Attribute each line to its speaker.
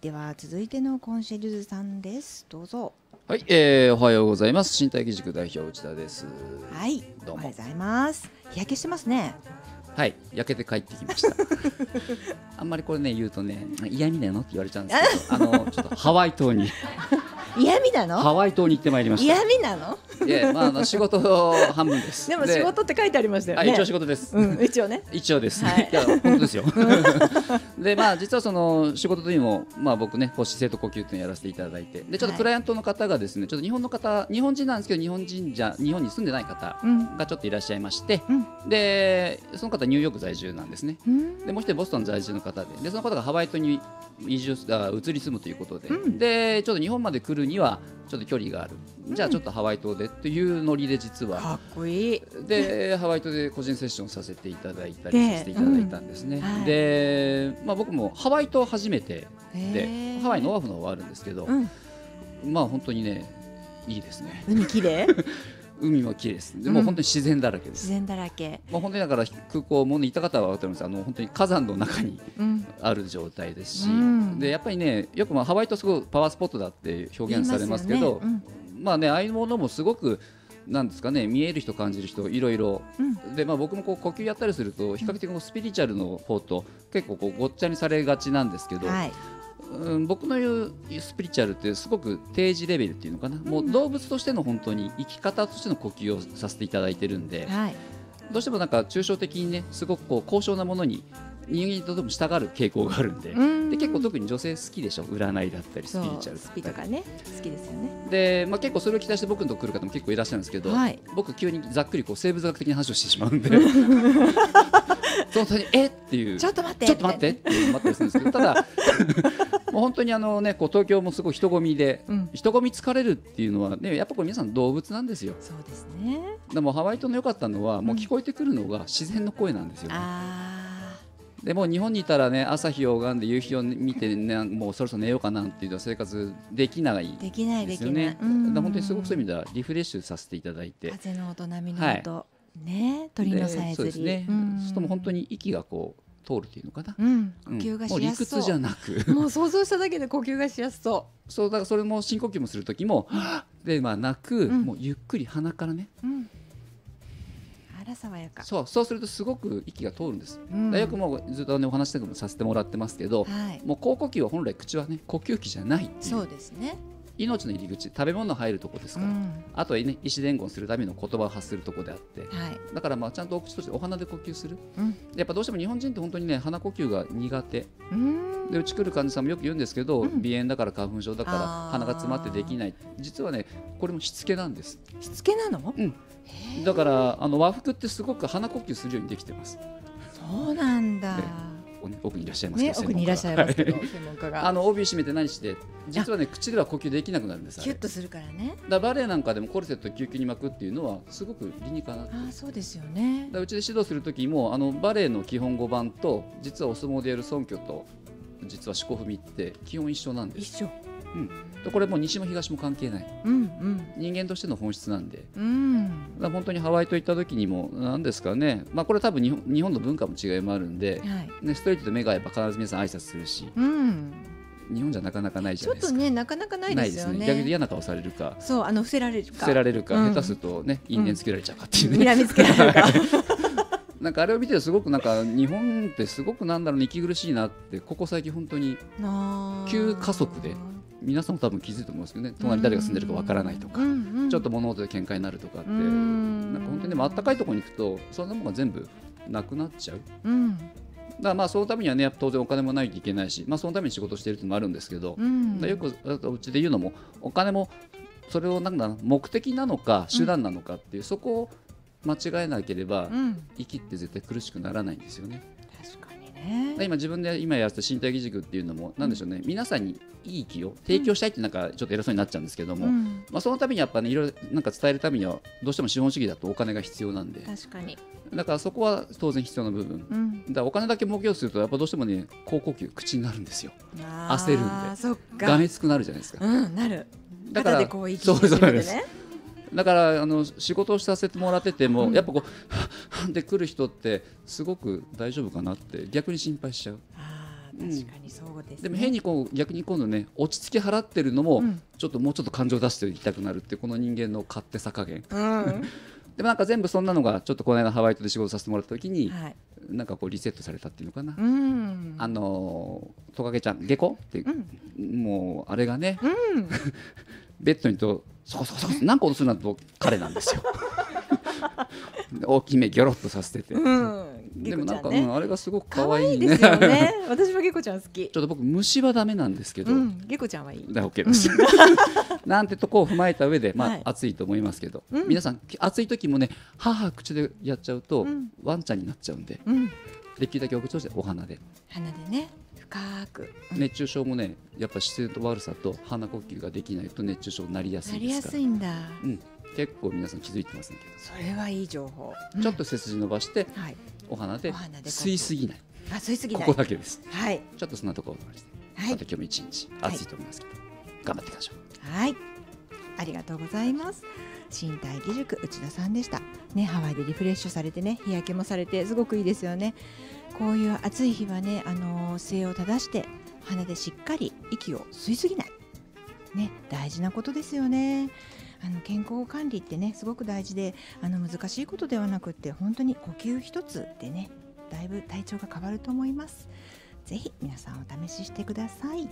Speaker 1: では続いてのコンシェルジュさんですどうぞ
Speaker 2: はい、えー、おはようございます。身体義塾代表内田です。
Speaker 1: はいお
Speaker 2: どう
Speaker 1: は
Speaker 2: も
Speaker 1: ようございます日焼けしてます ね
Speaker 2: はい、焼けて帰ってき ました。あんまりこれね言うとね嫌味なのって言われちゃうんですけど、あのちょっとハワイ 島に
Speaker 1: 嫌味な
Speaker 2: ハ
Speaker 1: の
Speaker 2: ワイ島に行ってまいりました。
Speaker 1: 嫌味なの
Speaker 2: いや、まああの仕事半分です。
Speaker 1: でも仕事って書いてありましたよ
Speaker 2: あ
Speaker 1: ね
Speaker 2: 一応仕事です。
Speaker 1: うん一応ね
Speaker 2: 一応です、
Speaker 1: はい
Speaker 2: い、や本当ですよ でまあ実はその仕事というのも、まあ、僕ねこう姿勢と呼吸っていうのをやらせていただいてでちょっ
Speaker 1: は
Speaker 2: と
Speaker 1: い
Speaker 2: クライアントの方がですねちょっと日本の方日本人なんですけど日本人じゃ日本に住んでない方
Speaker 1: うん
Speaker 2: がちょっといらっしゃいまして、
Speaker 1: うん
Speaker 2: でその方ニューヨーク在住なんですね
Speaker 1: うん
Speaker 2: でもう一人ボストン在住の方ででその方がハワイ島に移住すあ移り住むということで、
Speaker 1: うん
Speaker 2: でちょっと日本まで来るにはちょっと距離があるじゃあちょっとハワイ島でっていうノリで実は
Speaker 1: かっこいい
Speaker 2: でハワイ島で個人セッションさせていただいたりさせていただいたんですね。
Speaker 1: うんはい
Speaker 2: で、まあ、僕もハワイ島初めてで
Speaker 1: へー
Speaker 2: ハワイのオアフの方はあるんですけど、
Speaker 1: うん
Speaker 2: まあ本当にねいいですね
Speaker 1: 海綺 麗
Speaker 2: 海も綺麗ですで
Speaker 1: う
Speaker 2: も
Speaker 1: ん
Speaker 2: う本当に自然だらけです、
Speaker 1: 自然だらけ
Speaker 2: まあ、本当にだから空港もね行った方は分かるんですあの本当に火山の中に
Speaker 1: うん
Speaker 2: ある状態ですし、
Speaker 1: うん
Speaker 2: でやっぱりねよくまあハワイとすごいパワースポットだって表
Speaker 1: 言いよ
Speaker 2: 現さ
Speaker 1: ね
Speaker 2: れますけど
Speaker 1: うん
Speaker 2: まあねああいうものもすごくなんですかね見える人感じる人いろいろ
Speaker 1: うん
Speaker 2: でまあ、僕もこう呼吸やったりすると比較的こうスピリチュアルの方と結構こうごっちゃにされがちなんですけど、
Speaker 1: はい
Speaker 2: うん、僕の言うスピリチュアルってすごく定時レベルっていうのかな、もう動物としての本当に生き方としての呼吸をさせていただいてるんで
Speaker 1: はい
Speaker 2: どうしてもなんか抽象的にねすごくこう高尚なものに人間にとても従う傾向があるんで,、
Speaker 1: うん
Speaker 2: で結構特に女性好きでしょ占いだったりス
Speaker 1: そ
Speaker 2: ピリチュア
Speaker 1: う
Speaker 2: ルだ
Speaker 1: ス
Speaker 2: っ
Speaker 1: ピと
Speaker 2: た
Speaker 1: か
Speaker 2: り。
Speaker 1: ね好きですよね
Speaker 2: でまあ、結構それを期待して僕のとこ来る方も結構いらっしゃるんですけど、
Speaker 1: はい
Speaker 2: 僕急にざっくりこう生物学的な話をしてし まうんでその人に「えっ?」ていう
Speaker 1: ちょっと待って
Speaker 2: ちょっと待ってっていうの待ったりするんですけどただ もう本当にあの、ね、こう東京もすごい人混みで、
Speaker 1: うん
Speaker 2: 人混み疲れるっていうのは、ね、やっぱこう皆さん動物なんですよ
Speaker 1: そうですね
Speaker 2: でもハワイ島の良かったのはもう聞こえてくるのが自然の声なんですよね、
Speaker 1: あ
Speaker 2: でもう日本にいたらね朝日を拝んで夕日を見て、ね、もうそろそろ寝ようかなっていうのは生活できない
Speaker 1: ーできない
Speaker 2: で
Speaker 1: ですき
Speaker 2: よ
Speaker 1: ない、
Speaker 2: ね。
Speaker 1: うん
Speaker 2: だから本当にすごくそういう意味ではリフレッシュさせていただいて。
Speaker 1: 風の音波の音、ね鳥のさえ
Speaker 2: でそ
Speaker 1: ず
Speaker 2: う
Speaker 1: り
Speaker 2: ですね。
Speaker 1: ん
Speaker 2: そうするともう本当に息がこう通るっていうのかな。
Speaker 1: うん呼
Speaker 2: うん
Speaker 1: 吸が
Speaker 2: もう
Speaker 1: しや
Speaker 2: 理
Speaker 1: すそう、
Speaker 2: 屈じゃな く
Speaker 1: もう想像しただけで呼吸がしやすそ
Speaker 2: そうだからそれも深呼吸もする時もはぁでまあなく、
Speaker 1: うん
Speaker 2: もうゆっくり鼻からね
Speaker 1: う、うん、あら爽やか、
Speaker 2: そうそうするとすごく息が通るんです、
Speaker 1: うん
Speaker 2: だからよくもうずっとねお話しもさせてもらってますけど、
Speaker 1: はい
Speaker 2: もう口呼吸は本来口はね呼吸器じゃないってい
Speaker 1: そううですね、
Speaker 2: 命の入り口食べ物入るとこです
Speaker 1: う
Speaker 2: から、
Speaker 1: ん、
Speaker 2: あとはね意思伝言するための言葉を発するとこであって、
Speaker 1: はい、
Speaker 2: だからまあちゃんとお口としてお鼻で呼吸する、
Speaker 1: うん
Speaker 2: やっぱどうしても日本人って本当にね鼻呼吸が苦手
Speaker 1: うん
Speaker 2: でうち来る患者さんもよく言うんですけど、
Speaker 1: うん
Speaker 2: 鼻炎だから花粉症だから
Speaker 1: あー
Speaker 2: 鼻が詰まってできない実はねこれもしつけなんです
Speaker 1: しつけなの、
Speaker 2: うん
Speaker 1: へー
Speaker 2: だからあの和服ってすごく鼻呼吸するようにできてます
Speaker 1: そうなんだ、
Speaker 2: ねおね奥にいらっしゃいますけ
Speaker 1: ね
Speaker 2: ど、専
Speaker 1: 奥
Speaker 2: 門家
Speaker 1: にいらっしゃいますけど
Speaker 2: はい
Speaker 1: 専門家
Speaker 2: あ
Speaker 1: が
Speaker 2: の帯締めて何して実はね口では呼吸できなくなるんですあ
Speaker 1: キュ
Speaker 2: れ
Speaker 1: ッとするからね
Speaker 2: だからバレエなんかでもコルセット救急に巻くっていうのはすごく理にかなって
Speaker 1: ああそうですよね
Speaker 2: だからうちで指導する時もあのバレエの基本語版と実はお相撲でやる尊虚と実は四股踏みって基本一緒なんで
Speaker 1: 一
Speaker 2: す
Speaker 1: 緒
Speaker 2: でこれもう西も東も関係ない
Speaker 1: うん
Speaker 2: 人間としての本質なんで
Speaker 1: うんうん
Speaker 2: だから本当にハワイと行った時にも何ですかね、まあ、これ多分日本日本の文化も違いもあるんで、
Speaker 1: はい
Speaker 2: ね、ストレートで目が合えば必ず皆さん挨拶するし
Speaker 1: うん
Speaker 2: 日本じゃなかなかないじ
Speaker 1: ち
Speaker 2: ゃ
Speaker 1: ょ
Speaker 2: な
Speaker 1: っ
Speaker 2: いで
Speaker 1: と
Speaker 2: すか。
Speaker 1: ねなかなかないですよね。
Speaker 2: 逆に嫌な顔されるか
Speaker 1: そうあの伏せられるか。
Speaker 2: 伏せられるか、
Speaker 1: うん
Speaker 2: 下手するとね因縁つけられちゃうかっていうね、
Speaker 1: 睨みつけられるか。
Speaker 2: なんかあれを見てるとすごくなんか日本ってすごくなんだろうね息苦しいなってここ最近本当に
Speaker 1: あー
Speaker 2: 急加速で皆さんも多分気づいて思うんですけどね隣に誰が住んでるかわからないとか、
Speaker 1: うんうん
Speaker 2: ちょっと物音で喧嘩になるとかって、
Speaker 1: うん
Speaker 2: なんか本当にでもあったかいところに行くとそんなものが全部なくなっちゃうだ
Speaker 1: うん
Speaker 2: からまあそのためにはねやっぱ当然お金もないといけないし、まあ、そのために仕事してるっていうのもあるんですけど、
Speaker 1: う
Speaker 2: だ
Speaker 1: ん
Speaker 2: からよくあとうちで言うのもお金もそれをなんだろう目的なのか手段なのかっていう、そこを間違えなければ、
Speaker 1: うん
Speaker 2: 息って絶対苦しくならないんですよね。
Speaker 1: 確かにね。
Speaker 2: 今自分で今やってる身体義塾っていうのもなんでしょうね、皆さんにいい気を提供したいってなんかちょっと偉そうになっちゃうんですけども、
Speaker 1: うん
Speaker 2: まあ、そのためにやっぱねいろいろなんか伝えるためにはどうしても資本主義だとお金が必要なんで
Speaker 1: 確かに。
Speaker 2: だからそこは当然必要な部分だか
Speaker 1: うん
Speaker 2: らお金だけ儲けようとするとやっぱどうしてもね高呼吸口になるんですよ
Speaker 1: あー
Speaker 2: 焦るんで
Speaker 1: そっ
Speaker 2: が
Speaker 1: か。
Speaker 2: めつくなるじゃないですか
Speaker 1: うんなる。
Speaker 2: だから
Speaker 1: 肩でこう息して
Speaker 2: そうそうで
Speaker 1: ね
Speaker 2: す。だからあの仕事をさせてもらってても、
Speaker 1: うん
Speaker 2: やっぱこうはっはっで来る人ってすごく大丈夫かなって逆に心配しちゃう
Speaker 1: あー
Speaker 2: うん
Speaker 1: 確かにそうですね。
Speaker 2: でも変にこう逆に今度ね落ち着き払ってるのも、
Speaker 1: うん、
Speaker 2: ちょっともうちょっと感情出していきたくなるっていうこの人間の勝手さ加減
Speaker 1: うん、
Speaker 2: でもなんか全部そんなのがちょっとこの間ハワイとで仕事させてもらった時に、
Speaker 1: はい、
Speaker 2: なんかこうリセットされたっていうのかな、
Speaker 1: うん、
Speaker 2: あのートカゲちゃん下戸って
Speaker 1: う、ん、
Speaker 2: もうあれがね
Speaker 1: うん、
Speaker 2: ベッドにとそこそこそこ何個落とすなんと彼なんですよ大きめギョロッとさせてて、
Speaker 1: うん、
Speaker 2: で
Speaker 1: ゲ
Speaker 2: も
Speaker 1: コち
Speaker 2: な
Speaker 1: ゃ
Speaker 2: ん
Speaker 1: ん
Speaker 2: か、う
Speaker 1: ね
Speaker 2: ん、あれがすごく
Speaker 1: 可
Speaker 2: 可
Speaker 1: 愛
Speaker 2: 愛
Speaker 1: い
Speaker 2: い
Speaker 1: ですよ
Speaker 2: ち
Speaker 1: ね。私もゲコちゃん好き。
Speaker 2: ょっと僕虫歯ダメなんですけど、
Speaker 1: うん、ゲコちゃんはいい。
Speaker 2: だ OK です、 なんてとこを踏まえた上で、まあ
Speaker 1: はい
Speaker 2: 暑いと思いますけど、
Speaker 1: うん
Speaker 2: 皆さんき暑い時もね母口でやっちゃうと、
Speaker 1: うん
Speaker 2: ワンちゃんになっちゃうんで
Speaker 1: うん、
Speaker 2: できるだけお口をしてお花で
Speaker 1: 鼻でね、深く、うん
Speaker 2: 熱中症もねやっぱ姿勢と悪さと鼻呼吸ができないと熱中症になりやす
Speaker 1: ないり
Speaker 2: で
Speaker 1: や
Speaker 2: すか
Speaker 1: す
Speaker 2: ら
Speaker 1: いんだ。
Speaker 2: 結構皆さん気づいてますけど、
Speaker 1: それはいい情報。
Speaker 2: ちょっと背筋伸ばして
Speaker 1: うん、はい、
Speaker 2: お花で
Speaker 1: お花でこう
Speaker 2: 吸いすぎない
Speaker 1: あ、吸いすぎ
Speaker 2: こ
Speaker 1: ない。
Speaker 2: こだけです
Speaker 1: はい、
Speaker 2: ちょっとそんなところをお話して、
Speaker 1: は
Speaker 2: あ
Speaker 1: い
Speaker 2: と、今日も一日
Speaker 1: はい
Speaker 2: 暑いと思いますけど、頑張っていきましょう
Speaker 1: はい。ありがとうございます。身体義塾内田さんでした。ね、ハワイでリフレッシュされてね、日焼けもされて、すごくいいですよね。こういう暑い日はね、あのー姿勢を正して、鼻でしっかり息を吸いすぎない。ね、大事なことですよね。あの健康管理ってね、すごく大事で、あの難しいことではなくって、本当に呼吸一つでね。だいぶ体調が変わると思います。ぜひ皆さんお試ししてください。